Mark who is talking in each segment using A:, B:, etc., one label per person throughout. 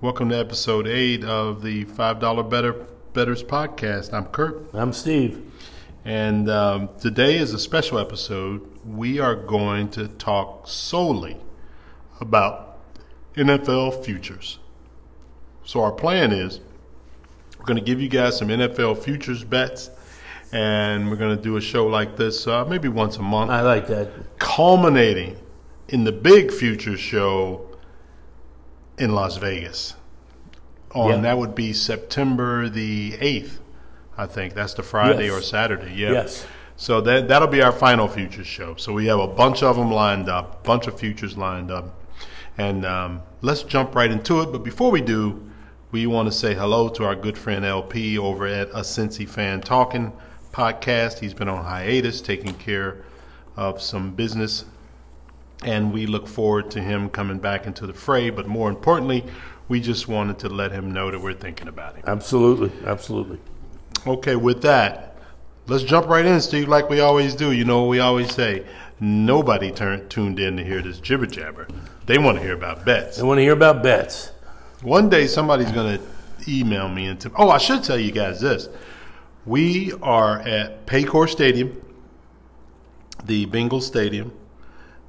A: Welcome to episode eight of the Five Dollar Better Betters podcast. I'm Kurt,
B: I'm Steve.
A: and um, today is a special episode. We are going to talk solely about NFL futures. So our plan is we're going to give you guys some NFL futures bets, and we're going to do a show like this uh, maybe once a month.
B: I like that.
A: culminating in the big future show in Las Vegas. On
B: Yeah.
A: that would be September the eighth, I think. That's the Friday
B: Yes.
A: or Saturday. Yeah.
B: Yes.
A: So that that'll be our final futures show. So we have a bunch of them lined up, bunch of futures lined up, and um, let's jump right into it. But before we do, we want to say hello to our good friend LP over at A Cincy Fan Talking podcast. He's been on hiatus, taking care of some business and we look forward to him coming back into the fray. But more importantly, we just wanted to let him know that we're thinking about him.
B: Absolutely. Absolutely.
A: Okay, with that, let's jump right in, Steve, like we always do. You know, we always say nobody turn, tuned in to hear this jibber jabber. They want to hear about bets.
B: I want to hear about bets.
A: One day, somebody's going to email me and tell. Oh, I should tell you guys this: we are at Paycor Stadium, the Bengals Stadium.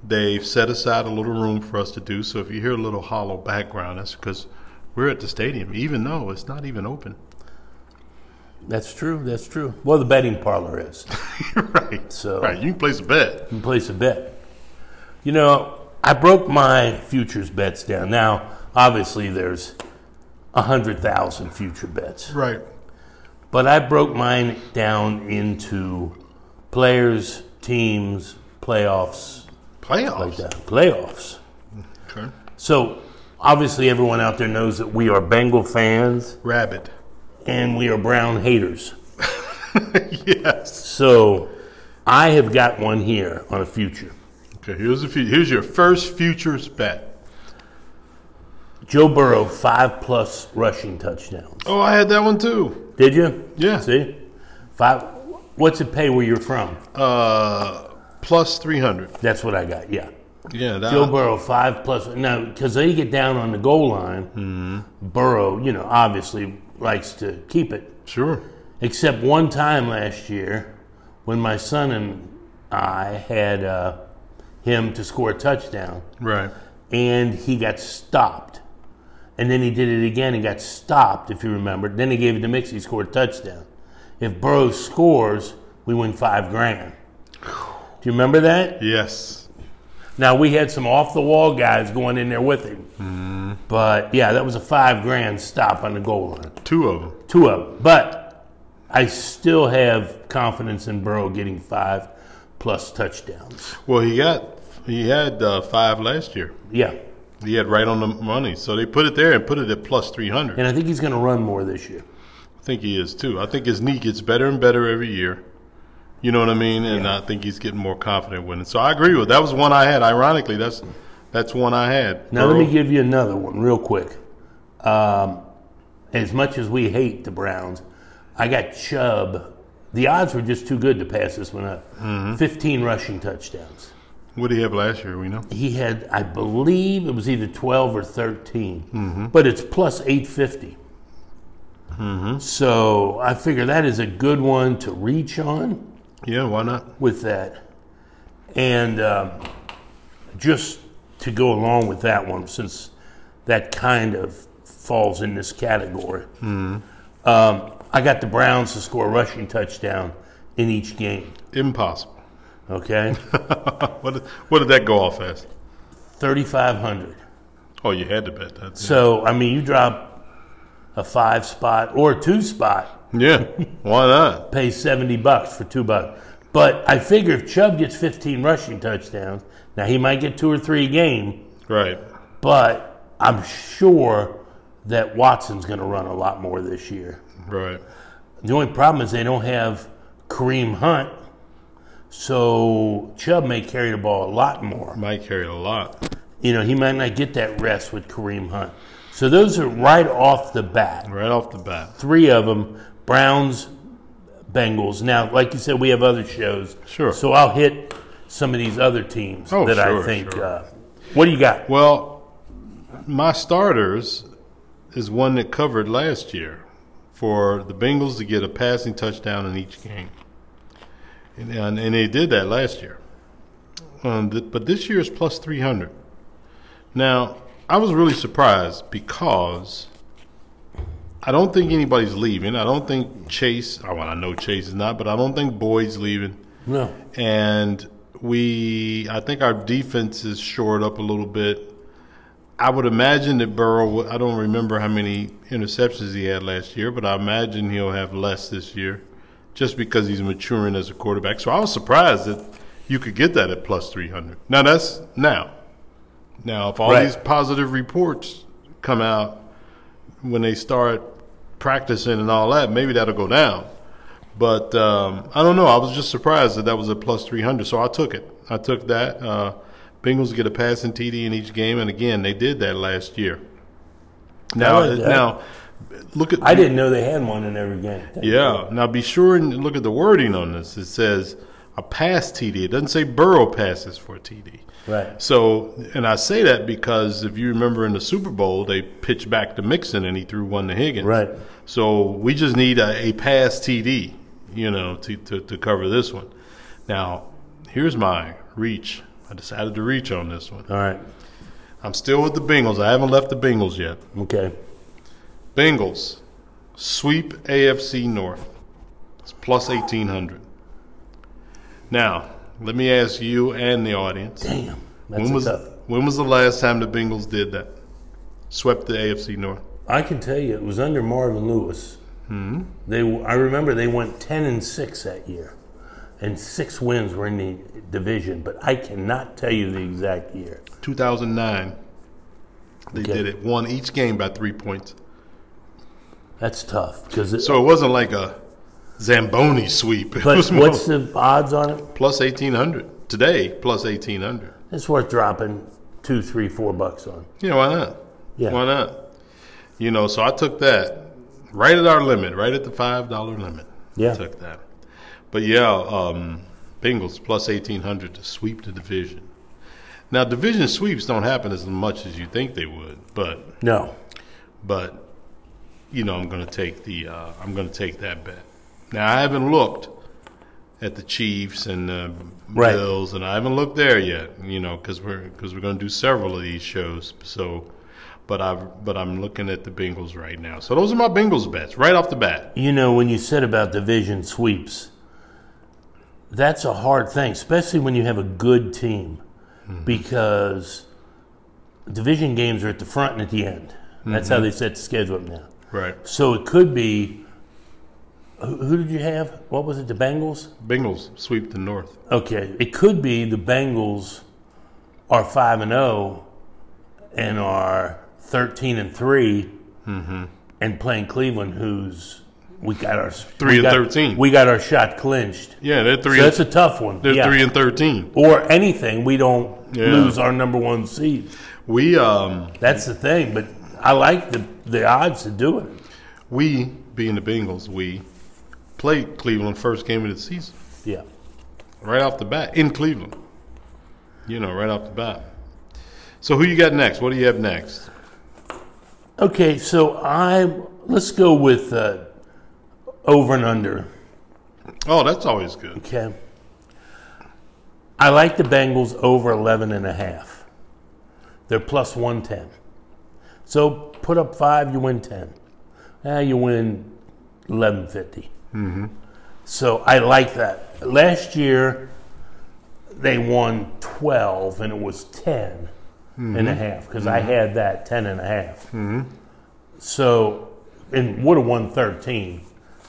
A: They've set aside a little room for us to do. So if you hear a little hollow background, that's because we're at the stadium, even though it's not even open.
B: That's true. That's true. Well, the betting parlor is.
A: right.
B: So
A: Right. You can place a bet.
B: you can place a bet. You know, I broke my futures bets down. Now, obviously, there's a hundred thousand future bets,
A: Right.
B: but I broke mine down into players, teams, playoffs,
A: Playoffs.
B: yeah, playoffs.
A: Okay.
B: So obviously, everyone out there knows that we are Bengal fans
A: Rabbit.
B: and we are Brown haters.
A: yes.
B: So I have got one here on a future.
A: Okay. Here's the fu- here's your first futures bet.
B: Joe Burrow, five plus rushing touchdowns.
A: Oh, I had that one too.
B: Did you?
A: Yeah.
B: See? Five. What's it pay where you're from?
A: Uh, plus three hundred.
B: That's what I got, yeah.
A: Yeah, that,
B: Joe Burrow, five plus. Now, because they get down on the goal line, Burrow, you know, obviously likes to keep it.
A: sure.
B: Except one time last year when my son and I had uh, him to score a touchdown.
A: Right.
B: and he got stopped. And then he did it again and got stopped, if you remember. Then he gave it to Mixie, he scored a touchdown. If Burrow scores, we win five grand. Do you remember that?
A: Yes.
B: Now, we had some off the wall guys going in there with him. But yeah, that was a five grand stop on the goal line.
A: Two of them.
B: Two of them. But I still have confidence in Burrow getting five plus touchdowns.
A: Well, he got he had uh, five last year.
B: Yeah.
A: He had right on the money, so they put it there and put it at plus three hundred.
B: And I think he's going to run more this year.
A: I think he is too. I think his knee gets better and better every year. You know what I mean? And I think he's getting more confident with it. So I agree with that was one I had. Ironically, that's that's one I had.
B: Now, let
A: Burrow-
B: me give you another one real quick. Um, as much as we hate the Browns, I got Chubb. The odds were just too good to pass this one up. 15 rushing touchdowns.
A: what did he have last year? We know.
B: He had, I believe, it was either 12 or 13, but it's plus 850. So I figure that is a good one to reach on
A: Yeah, why not?
B: with that. And um, just to go along with that one, since that kind of falls in this category, um, I got the Browns to score a rushing touchdown in each game.
A: Impossible.
B: Okay,
A: what did- what did that go off as?
B: thirty-five hundred.
A: Oh, you had to bet that.
B: So I mean, you drop a five spot or a two spot,
A: Yeah, why not?
B: pay seventy bucks for two bucks. But I figure if Chubb gets fifteen rushing touchdowns, now he might get two or three a game.
A: Right.
B: but I'm sure that Watson's going to run a lot more this year.
A: Right.
B: The only problem is they don't have Kareem Hunt, so Chubb may carry the ball a lot more.
A: Mike carried a lot.
B: You know, he might not get that rest with Kareem Hunt. So those are right off the bat,
A: Right off the bat.
B: three of them Browns, Bengals. Now, like you said, we have other shows.
A: Sure.
B: So I'll hit some of these other teams
A: Oh,
B: that I
A: sure,
B: think.
A: sure.
B: Uh, what do you got?
A: Well, my starters is one that covered last year for the Bengals to get a passing touchdown in each game. And, and, and they did that last year. Um, th- but this year is plus 300. Now, I was really surprised because I don't think anybody's leaving. I don't think Chase, oh, well, I know Chase is not, but I don't think Boyd's leaving.
B: No.
A: And we, I think our defense is shored up a little bit. I would imagine that Burrow. would- I don't remember how many interceptions he had last year, but I imagine he'll have less this year, just because he's maturing as a quarterback. So I was surprised that you could get that at plus three hundred. Now that's now. Now if all
B: Right.
A: these positive reports come out when they start practicing and all that, maybe that'll go down. But um, I don't know. I was just surprised that that was a plus 300. So I took it. I took that. Uh, Bengals get a passing TD in each game. And again, they did that last year. Now,
B: like that. uh,
A: now look at.
B: I didn't know they had one in every game.
A: Yeah. Now be sure and look at the wording on this. It says a pass TD. It doesn't say Burrow passes for a TD.
B: Right.
A: So, and I say that because if you remember in the Super Bowl, they pitched back to Mixon and he threw one to Higgins.
B: Right.
A: So we just need a, a pass TD, you know, to, to, to cover this one. Now, here's my reach. I decided to reach on this one.
B: All right.
A: I'm still with the Bengals. I haven't left the Bengals yet.
B: Okay.
A: Bengals sweep AFC North. It's plus 1800. Now, let me ask you and the audience.
B: Damn. That's
A: When
B: a
A: was,
B: tough.
A: when was the last time the Bengals did that? Swept the AFC North.
B: I can tell you, it was under Marvin Lewis.
A: Hmm?
B: They, I remember they went ten and six that year, and six wins were in the division. But I cannot tell you the exact year.
A: 2009. They
B: Okay.
A: did it. Won each game by three points.
B: That's tough because. It,
A: So it wasn't like a Zamboni sweep. It
B: but
A: was more
B: what's the odds on it?
A: plus 1800. Today, plus 1800.
B: It's worth dropping two, three, four bucks on.
A: Yeah, why not?
B: Yeah.
A: Why not? You know, so I took that right at our limit, right at the $5 limit.
B: Yeah.
A: Took that. But yeah, um, Bengals plus 1800 to sweep the division. Now, division sweeps don't happen as much as you think they would, but
B: No.
A: but you know I'm going to take the uh, I'm going to take that bet. Now I haven't looked at the Chiefs and the
B: Right.
A: Bills, and I haven't looked there yet. You know because we're because we're going to do several of these shows. So, but I but I'm looking at the Bengals right now. So those are my Bengals bets right off the bat.
B: You know, when you said about division sweeps, that's a hard thing, especially when you have a good team, because division games are at the front and at the end. That's how they set the schedule up now.
A: Right.
B: So it could be who, who did you have? What was it? The Bengals?
A: Bengals sweep the North.
B: Okay, it could be the Bengals are five and zero and are thirteen and 3
A: Mm-hmm.
B: and playing Cleveland, who's we got our
A: Three
B: we
A: and
B: got-
A: 13.
B: We got our shot clinched.
A: Yeah, they're three.
B: So that's a tough one.
A: they're
B: yeah.
A: three and thirteen.
B: or anything, we don't
A: Yeah.
B: lose our number one seed.
A: We um
B: That's the thing. But I like the the odds to do it.
A: we being the Bengals we played Cleveland first game of the season.
B: Yeah.
A: right off the bat in Cleveland. You know, right off the bat. So who you got next? What do you have next?
B: Okay, so I let's go with uh, over and under.
A: Oh, that's always good.
B: Okay. I like the Bengals over 11 and a half. They're plus 110. So put up five, you win 10. Now you win 1150. Mm-hmm. So I like that. Last year, they won 12 and it was 10 and a half because I had that 10 and a half. Mm-hmm. So, and would have won 13.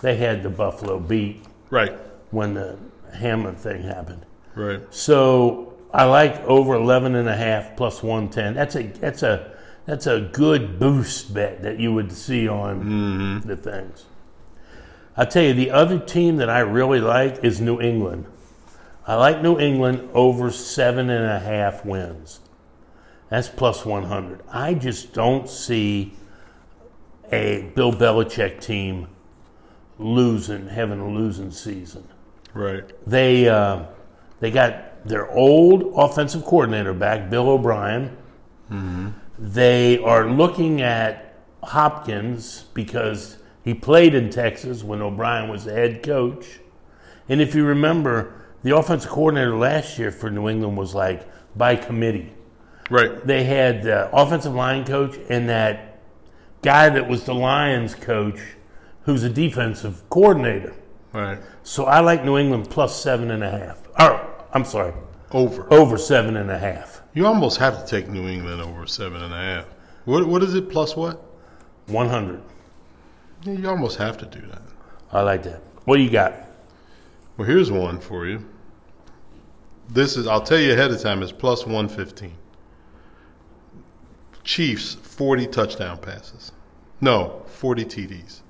B: They had the Buffalo beat
A: Right.
B: when the Hamlin thing happened.
A: Right.
B: So I like over 11 and a half plus 110. That's a that's a that's a good boost bet that you would see on the things. I'll tell you the other team that I really like is New England. I like New England over seven and a half wins. That's plus 100. I just don't see a Bill Belichick team losing, having a losing season
A: Right.
B: they uh, they got their old offensive coordinator back, Bill O'Brien. They are looking at Hopkins because he played in Texas when O'Brien was the head coach. And if you remember, the offensive coordinator last year for New England was like by committee.
A: Right.
B: They had the offensive line coach and that guy that was the Lions coach who's a defensive coordinator.
A: Right.
B: So I like New England plus seven and a half. Or, I'm sorry,
A: Over.
B: over seven and a half.
A: You almost have to take New England over seven and a half. What what is it plus what?
B: 100.
A: Yeah, you almost have to do that.
B: I like that. What do you got?
A: Well, here's one for you. This is I'll tell you ahead of time. It's plus one fifteen. Chiefs forty touchdown passes. No, forty TDs.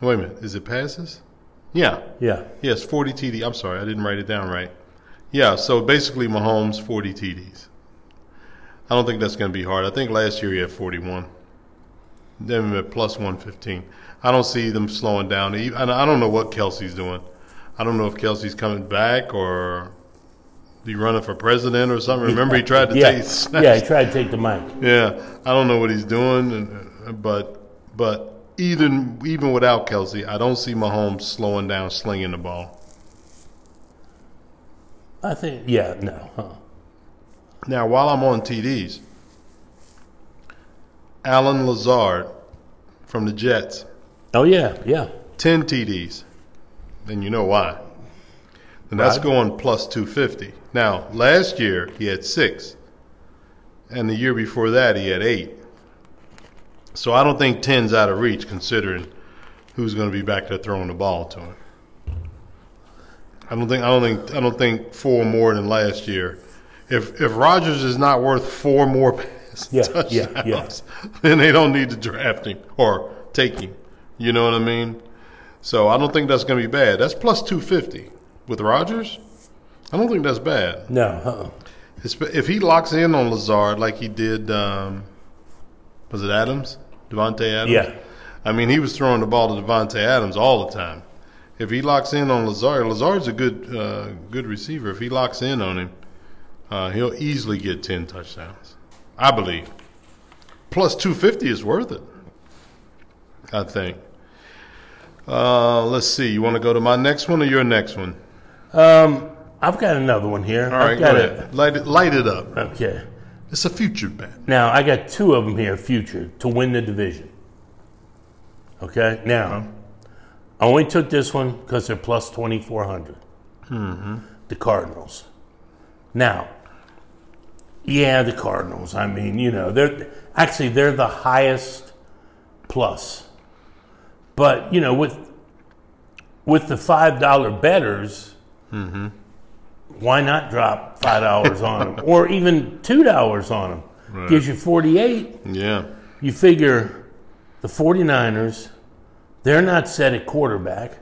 A: Wait a minute. Is it passes? Yeah.
B: Yeah.
A: Yes, 40 TD. I'm sorry, I didn't write it down right. Yeah, so basically Mahomes 40 TDs. I don't think that's going to be hard. I think last year he had 41. Then we at plus 115. I don't see them slowing down. E- And I don't know what Kelsey's doing. I don't know if Kelsey's coming back or he running for president or something. Remember, he tried to
B: yeah.
A: take snaps.
B: Yeah, he tried to take the mic.
A: Yeah, I don't know what he's doing, and- uh, but but even even without Kelsey, I don't see Mahomes slowing down, slinging the ball.
B: I think, yeah, no. uh-uh. Huh.
A: Now, while I'm on TDs, Alan Lazard from the Jets,
B: Oh, yeah, yeah.
A: 10 TDs. And you know why. And that's
B: Right.
A: going plus 250. Now, last year he had six. And the year before that he had eight. So I don't think 10's out of reach considering who's going to be back there throwing the ball to him. I don't think I don't think I don't think four more than last year. If if Rogers is not worth four more passes,
B: Yeah, yeah, yeah.
A: then they don't need to draft him or take him. You know what I mean? So I don't think that's going to be bad. That's plus two fifty with Rogers. I don't think that's bad.
B: No, uh-uh.
A: Espe- If he locks in on Lazard like he did, um, was it Adams? Devontae Adams?
B: Yeah.
A: I mean, he was throwing the ball to Devontae Adams all the time. If he locks in on Lazard, Lazard's a good uh, good receiver. If he locks in on him, uh, he'll easily get 10 touchdowns, I believe. Plus 250 is worth it, I think. Uh, let's see. You want to go to my next one or your next one?
B: Um, I've got another one here.
A: All right,
B: I've
A: go
B: got
A: ahead. Light it, light it up.
B: A, okay.
A: It's a future bet.
B: Now, I got two of them here, future, to win the division. Okay? Now, I only took this one because they're plus 2,400. The Cardinals. Now, yeah, the Cardinals. I mean, you know, they're actually they're the highest plus. But, you know, with with the $5 betters, why not drop five dollars on them or even two dollars on them gives you 48
A: Yeah.
B: you figure the 49ers they're not set at quarterback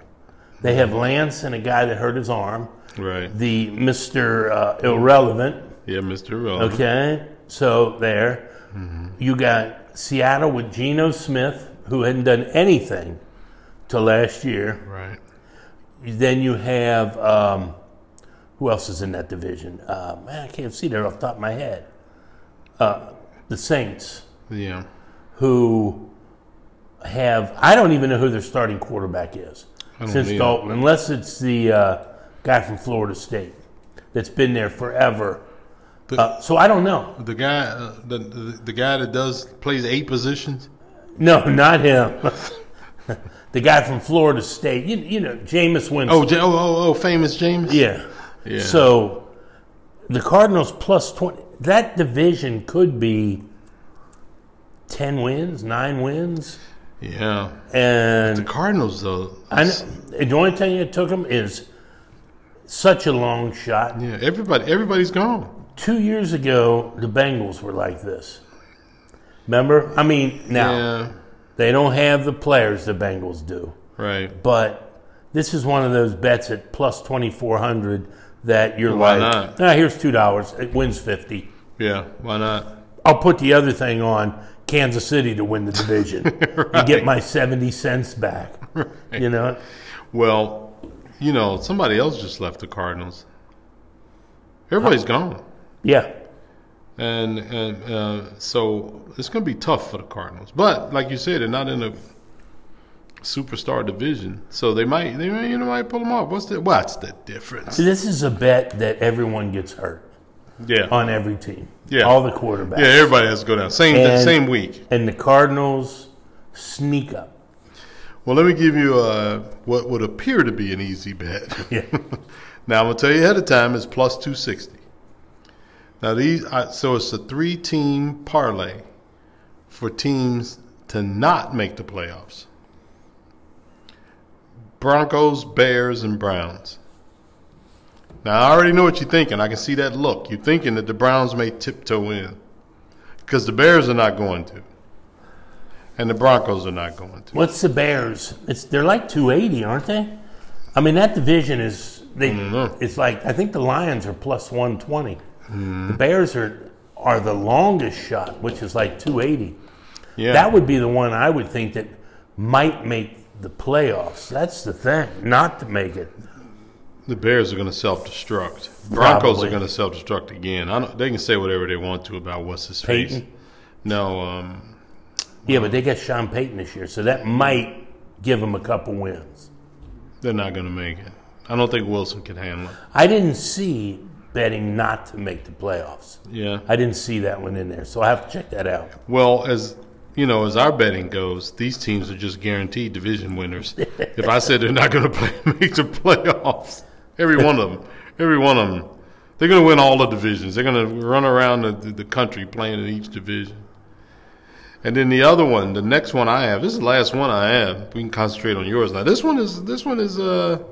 B: they have lance and a guy that hurt his arm
A: Right.
B: the mr uh, irrelevant
A: Yeah, Mr. Irrelevant.
B: okay so there you got seattle with Geno smith who hadn't done anything to last year
A: Right.
B: Then you have um, who else is in that division? Uh, man, I can't see that off the top of my head. Uh, the Saints,
A: Yeah.
B: who have I don't even know who their starting quarterback is
A: don't
B: since
A: either.
B: Dalton, unless it's the uh, guy from Florida State that's been there forever.
A: The-
B: uh, so I don't know.
A: The guy, uh, the, the the guy that does plays eight positions.
B: No, not him. the guy from Florida State. You, you know, Jameis Winston.
A: Oh, J- oh, oh, oh, famous James.
B: Yeah.
A: Yeah.
B: So the Cardinals plus 20. That division could be 10 wins, 9 wins.
A: Yeah. The
B: And
A: Cardinals, though.
B: I know, the only thing it took them is such a long shot.
A: Yeah. Everybody, everybody's gone.
B: Two years ago, the Bengals were like this. Remember? I mean, now
A: Yeah.
B: they don't have the players the Bengals do.
A: Right.
B: but this is one of those bets at plus 2400 that you're
A: Why
B: like
A: not?
B: ah, here's two dollars it wins 50
A: Yeah. Why not?
B: i'll put the other thing on kansas city to win the division you get my 70 cents back you know
A: Well, you know, somebody else just left the Cardinals. Everybody's gone.
B: yeah
A: and and uh, so it's going to be tough for the Cardinals. But like you said, they're not in a superstar division, so they might they may- you know might pull them off. What's the what's the difference?
B: See, this is a bet that everyone gets hurt
A: Yeah,
B: on every team.
A: Yeah.
B: All the quarterbacks.
A: yeah. Everybody has to go down same
B: And-
A: same week.
B: And the Cardinals sneak up.
A: Well, let me give you uh, what would appear to be an easy bet.
B: Yeah.
A: Now I'm gonna tell you ahead of time it's plus two sixty. Now these, I, so it's a three-team parlay for teams to not make the playoffs: Broncos, Bears, and Browns. Now I already know what you're thinking. I can see that look. You're thinking that the Browns may tiptoe in because the Bears are not going to, and the Broncos are not going to.
B: What's the Bears? It's they're like 280, aren't they? I mean that division is they. It's like I think the Lions are plus 120.
A: Mm-hmm.
B: The Bears are are the longest shot, which is like 280.
A: Yeah,
B: That would be the one I would think that might make the playoffs. That's the thing, not to make it.
A: The Bears are going to self-destruct. Broncos
B: Probably.
A: are going to self-destruct again. I don't, they can say whatever they want to about what's his face.
B: Peyton?
A: No, um,
B: Yeah, but they got Sean Payton this year, so that might give them a couple wins.
A: they're not going to make it. I don't think Wilson can handle it.
B: I didn't see betting not to make the playoffs.
A: Yeah.
B: I didn't see that one in there, so I have to check that out.
A: Well, as you know, as our betting goes, these teams are just guaranteed division winners. if I said they're not going to play, make the playoffs, every one of them, every one of them, they're going to win all the divisions. They're going to run around the, the country playing in each division. And then the other one, the next one I have, this is the last one I have. We can concentrate on yours now. This one is this one is uh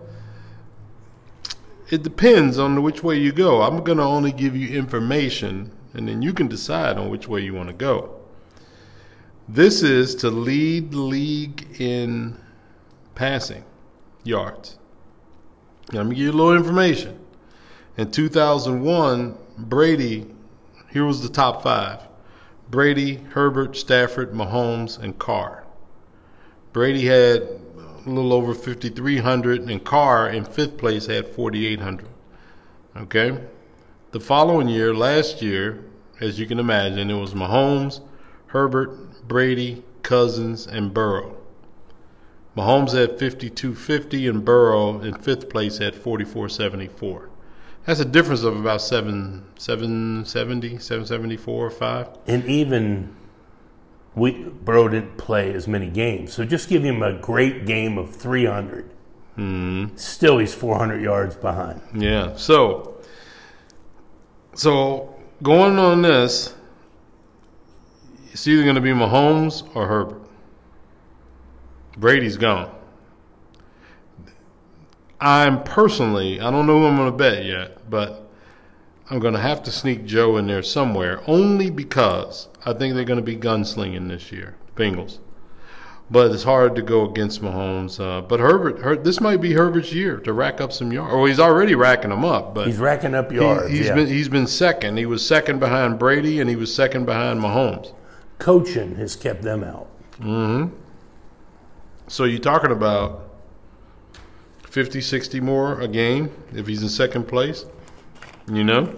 A: it depends on which way you go. I'm going to only give you information and then you can decide on which way you want to go. This is to lead league in passing yards. Now, Let me give you a little information. In 2001, Brady, here was the top five Brady, Herbert, Stafford, Mahomes, and Carr. Brady had a little over 5,300, and Carr in fifth place had 4,800. Okay? The following year, last year, as you can imagine, it was Mahomes, Herbert, Brady, Cousins, and Burrow. Mahomes had 5250 and Burrow in fifth place at 4474. That's a difference of about 7 770, 774 or 5.
B: And even we Bro didn't play as many games, so just give him a great game of 300.
A: Hmm.
B: Still, he's 400 yards behind.
A: Yeah. So, so going on this, it's either going to be Mahomes or Herbert. Brady's gone. I'm personally, I don't know who I'm going to bet yet, but I'm going to have to sneak Joe in there somewhere only because I think they're going to be gunslinging this year, Bengals. But it's hard to go against Mahomes. Uh, but Herbert, Her- this might be Herbert's year to rack up some yards. Or he's already racking them up. But
B: He's racking up yards.
A: he, has
B: yeah.
A: been he's been second. He was second behind Brady, and he was second behind Mahomes.
B: Coaching has kept them out.
A: So you're talking about 50, 60 more a game if he's in second place. You know,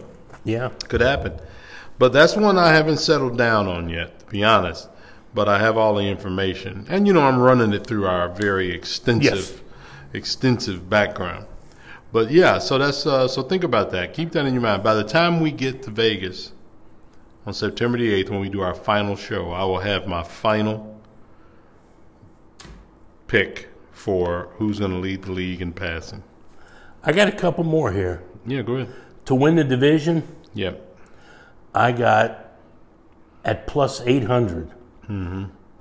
B: Yeah.
A: could happen. But that's one I haven't settled down on yet, to be honest. But I have all the information, and you know I'm running it through our very extensive,
B: Yes.
A: extensive background. But yeah, so that's uh, so think about that. Keep that in your mind. By the time we get to Vegas on September the eighth, when we do our final show, I will have my final pick for who's going to lead the league in passing.
B: I got a couple more here.
A: Yeah, go ahead.
B: To win the division,
A: Yeah,
B: I got at plus 800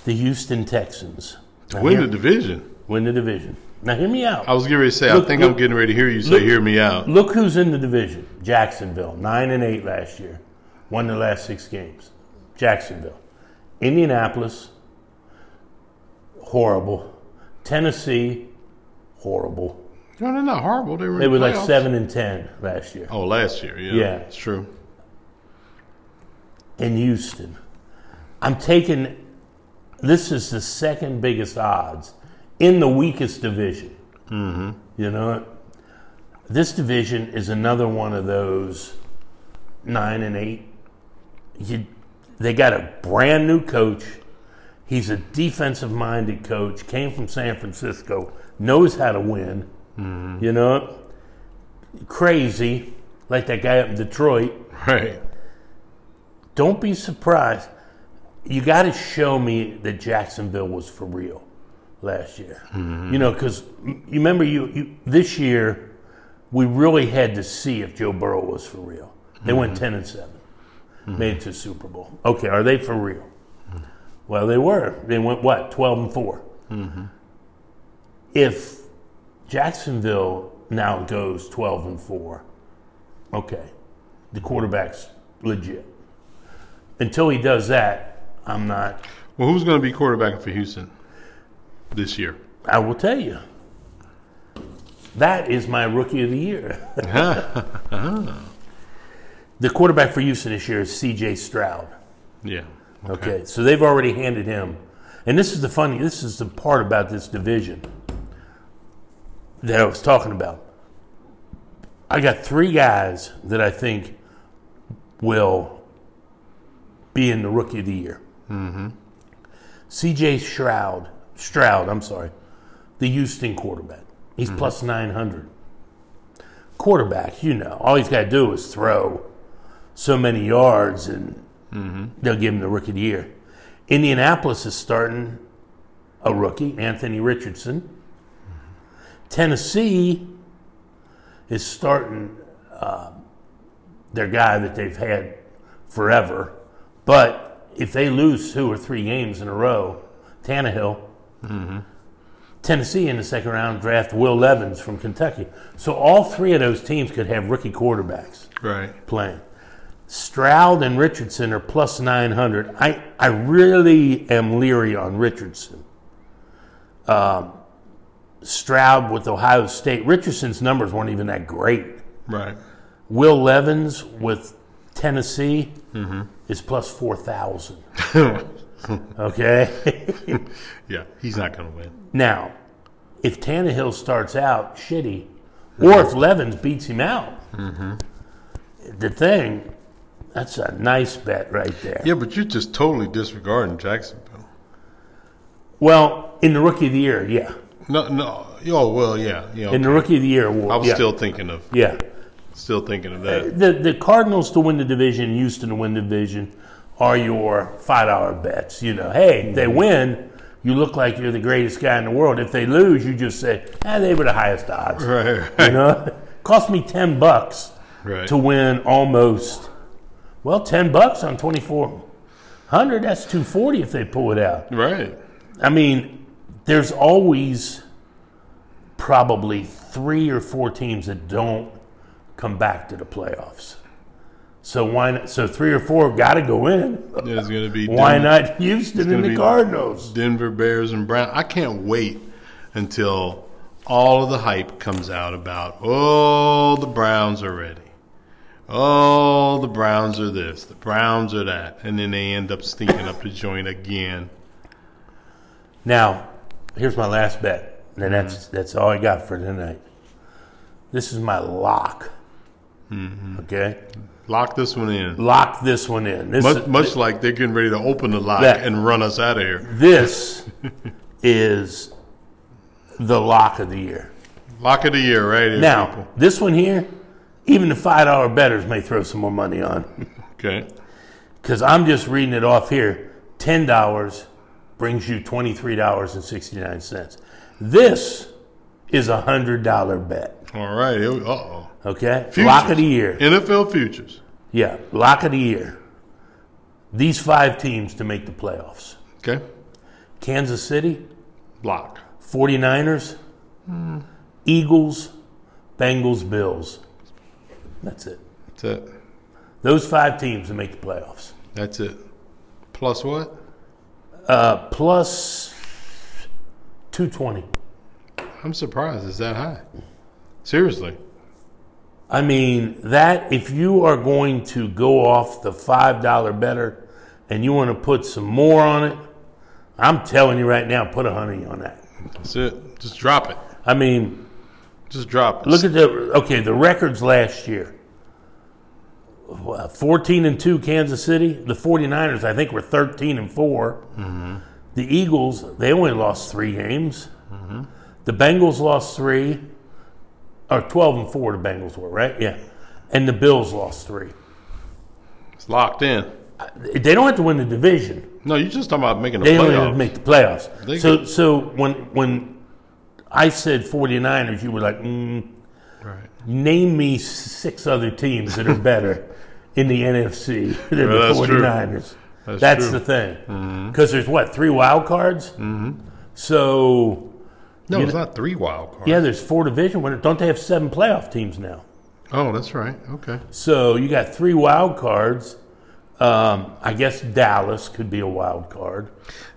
B: the Houston Texans.
A: Mm-hmm. to
B: Now
A: win
B: hear-
A: the division.
B: win the division. Now, hear me out.
A: I was getting ready to say, I
B: Look-
A: think I'm
B: look-
A: getting ready to hear you say,
B: look-
A: hear me out.
B: Look who's in the division. Jacksonville, nine and eight last year, won the last six games. Jacksonville, Indianapolis, horrible. Tennessee, horrible.
A: No, they're not horrible. They were,
B: They
A: in
B: were
A: the
B: like
A: playoffs.
B: seven and ten last year.
A: Oh, last year. Yeah.
B: Yeah.
A: It's true.
B: In Houston, I'm taking. This is the second biggest odds in the weakest division. Mm-hmm. You know, what? this division is another one of those nine and eight you, they got a brand new coach. He's a defensive minded coach, came from San Francisco, knows how to win. You know, crazy, like that guy up in Detroit.
A: Right.
B: Don't be surprised. You got to show me that Jacksonville was for real last year. You know, because you remember you, you this year we really had to see if Joe Burrow was for real. They went ten and 7 made it to Super Bowl. Okay, are they for real? Well, they were. They went what twelve and 4 If Jacksonville now goes twelve and four, okay, the quarterback's legit. Until he does that, I'm not.
A: Well, who's going to be quarterbacking for Houston this year?
B: I will tell you. That is my rookie of the year. the quarterback for Houston this year is C.J. Stroud.
A: Yeah.
B: Okay. so they've already handed him, and this is the funny. This is the part about this division that I was talking about. I got three guys that I think will be in the rookie of the year. C.J. Stroud, Stroud, I'm sorry, the Houston quarterback. He's plus 900. Quarterback, you know, all he's got to do is throw so many yards and they'll give him the rookie of the year. Indianapolis is starting a rookie, Anthony Richardson. Tennessee is starting uh, their guy that they've had forever. But if they lose two or three games in a row, Tannehill, mm-hmm. Tennessee in the second round draft Will Levens from Kentucky. So all three of those teams could have rookie quarterbacks
A: Right.
B: playing. Stroud and Richardson are plus 900. I, I really am leery on Richardson. Um, Stroud with Ohio State. Richardson's numbers weren't even that great.
A: Right.
B: Will Levens with Tennessee is plus 4,000. Okay?
A: yeah. He's not going to win.
B: now, if Tannehill starts out shitty, or if Levens beats him out, the thing, that's a nice bet right there.
A: Yeah, but you're just totally disregarding Jacksonville.
B: Well, in the rookie of the year, yeah.
A: No, no. Oh, well, yeah. You know,
B: In the rookie of the year award.
A: I was
B: yeah.
A: still thinking of
B: Yeah.
A: still thinking of that.
B: The, the Cardinals to win the division, Houston to win the division are your $5 bets. You know, hey, if they
A: Mm-hmm.
B: win, you look like you're the greatest guy in the world. If they lose, you just say, ah, they were the highest odds.
A: Right.
B: You
A: Right.
B: know, cost me 10 bucks
A: Right.
B: to win almost. Well, 10 bucks on 2400, that's 240 if they pull it out.
A: right.
B: I mean, there's always probably three or four teams that don't come back to the playoffs. So why not? So three or four have got to go in.
A: It's going to be
B: Why
A: Denver-
B: not Houston and
A: gonna
B: the
A: be-
B: Cardinals?
A: Denver Bears and Brown. I can't wait until all of the hype comes out about oh the Browns are ready. Oh the Browns are this, the Browns are that, and then they end up stinking up the joint again.
B: Now, here's my last bet,
A: Mm-hmm.
B: and that's that's all I got for tonight. This is my lock.
A: Mm-hmm.
B: Okay,
A: Lock this one in.
B: lock this one in. This
A: Much, much like they're getting ready to open the lock
B: That-
A: and run us out of here.
B: this is the lock of the year.
A: Lock of the year, right here.
B: Now,
A: people.
B: this one here, even the five dollar betters may throw some more money on
A: okay,
B: because I'm just reading it off here. Ten dollars brings you twenty three dollars and sixty nine cents. This is a hundred dollar bet.
A: all right. Uh oh,
B: Okay, lock of the year.
A: NFL futures.
B: Yeah, lock of the year. These five teams to make the playoffs:
A: Okay,
B: Kansas City,
A: lock.
B: 49ers, Eagles, Bengals, Bills. That's it.
A: That's it.
B: Those five teams to make the playoffs.
A: That's it. Plus what?
B: Uh, plus 220.
A: I'm surprised it's that high. Seriously.
B: I mean, that, if you are going to go off the $5 better and you want to put some more on it, I'm telling you right now, put a honey on that.
A: That's it. Just drop it.
B: I mean,
A: Just drop it.
B: look at the, okay, the records last year. uh, 14 and 2 Kansas City. The 49ers, I think, were 13 and 4. Mm-hmm. The Eagles, they only lost three games. Mm-hmm. The Bengals lost three, or 12 and 4, the Bengals were, right? Yeah. And the Bills lost three.
A: It's locked in.
B: They don't have to win the division.
A: No, you're just talking about making a
B: They don't even
A: playoff.
B: make the playoffs.
A: They
B: so so when when I said 49ers, you were like, mm,
A: Right.
B: name me six other teams that are better in the NFC than
A: Yeah,
B: the
A: that's true.
B: 49ers.
A: That's true. Mm-hmm.
B: the thing. Because there's what, three wild cards? Mm-hmm. So,
A: No, it's not three wild cards.
B: yeah, there's four division winners. Don't they have seven playoff teams now?
A: Oh, that's right. Okay.
B: So you got three wild cards. Um, I guess Dallas could be a wild card.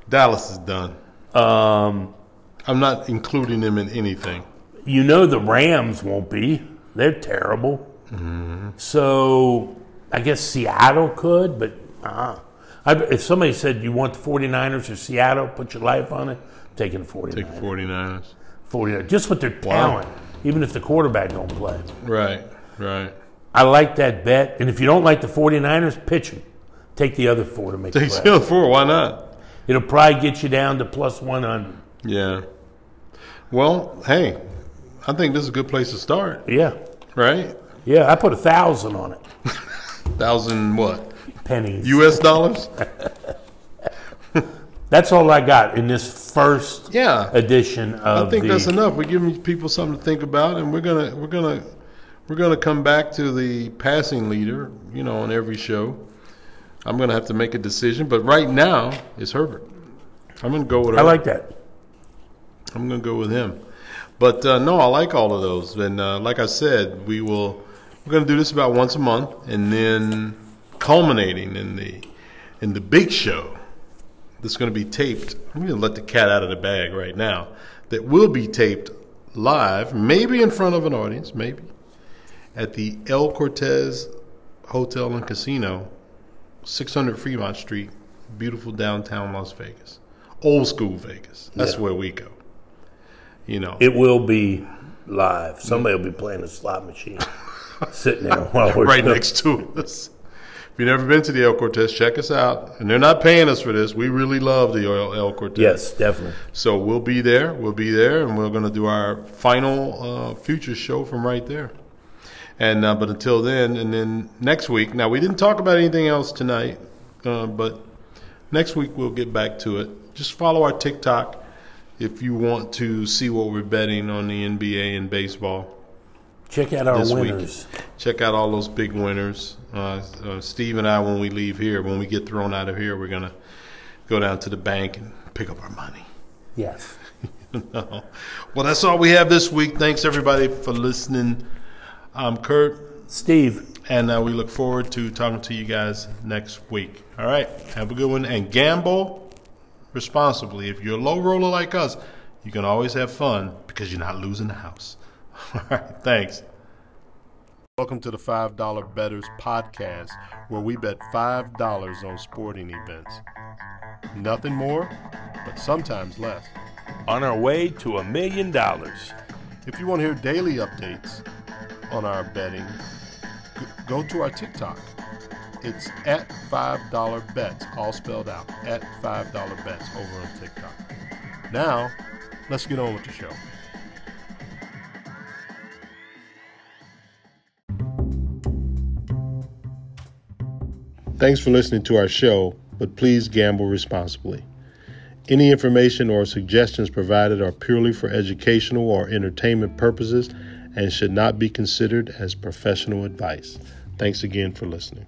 A: Dallas is done.
B: Um,
A: I'm not including them in anything.
B: you know the Rams won't be. They're terrible. So I guess Seattle could, but uh, I, if somebody said you want the 49ers or Seattle, put your life on it, I'm taking the 49ers.
A: Take 49ers.
B: 49ers. Just with their talent, even if the quarterback don't play.
A: Right. Right.
B: I like that bet. And if you don't like the 49ers, pitch them. Take the other four to make
A: Take
B: the
A: the
B: playoffs.
A: other four. Why not?
B: It'll probably get you down to plus 100.
A: Yeah. Well, hey, I think this is a good place to start,
B: Yeah.
A: right?
B: Yeah, I put a 1,000 on it.
A: Thousand what?
B: Pennies.
A: U.S. dollars?
B: That's all I got in this first
A: Yeah.
B: edition of
A: I think
B: the.
A: that's enough. We're giving people something to think about, and we're gonna we're gonna we're gonna come back to the passing leader. You know, on every show, I'm gonna have to make a decision. But right now, it's Herbert. I'm gonna go with.
B: I like that.
A: I'm gonna go with him. But uh, no, I like all of those. And uh, like I said, we will. We're gonna do this about once a month, and then culminating in the in the big show that's going to be taped. I'm going to let the cat out of the bag right now. That will be taped live, maybe in front of an audience, maybe at the El Cortez Hotel and Casino, 600 Fremont Street, beautiful downtown Las Vegas, old school Vegas. That's where we go. You know,
B: It will be live. Somebody will be playing a slot machine, sitting there while we're
A: right next to us. If you've never been to the El Cortez, check us out. And they're not paying us for this. We really love the El El Cortez.
B: Yes, definitely.
A: So we'll be there. We'll be there, and we're going to do our final uh, future show from right there. And uh, but until then, and then next week. Now we didn't talk about anything else tonight, uh, but next week we'll get back to it. Just follow our TikTok if you want to see what we're betting on the NBA and baseball.
B: Check out our
A: This week.
B: winners.
A: Check out all those big winners. Uh, uh, Steve and I, when we leave here, when we get thrown out of here, we're gonna go down to the bank and pick up our money.
B: Yes.
A: No. Well, that's all we have this week. Thanks everybody for listening. I'm Kurt,
B: Steve,
A: and uh, we look forward to talking to you guys next week. All right, have a good one and gamble responsibly. If you're a low roller like us, you can always have fun because you're not losing the house. All right, thanks. Welcome to the $5 Betters Podcast, where we bet $5 on sporting events. Nothing more, but sometimes less.
B: on our way to a million dollars.
A: If you want to hear daily updates on our betting, g- go to our TikTok. It's at $5 bets, all spelled out, at $5 bets over on TikTok. Now, let's get on with the show. Thanks for listening to our show, but please gamble responsibly. Any information or suggestions provided are purely for educational or entertainment purposes and should not be considered as professional advice. Thanks again for listening.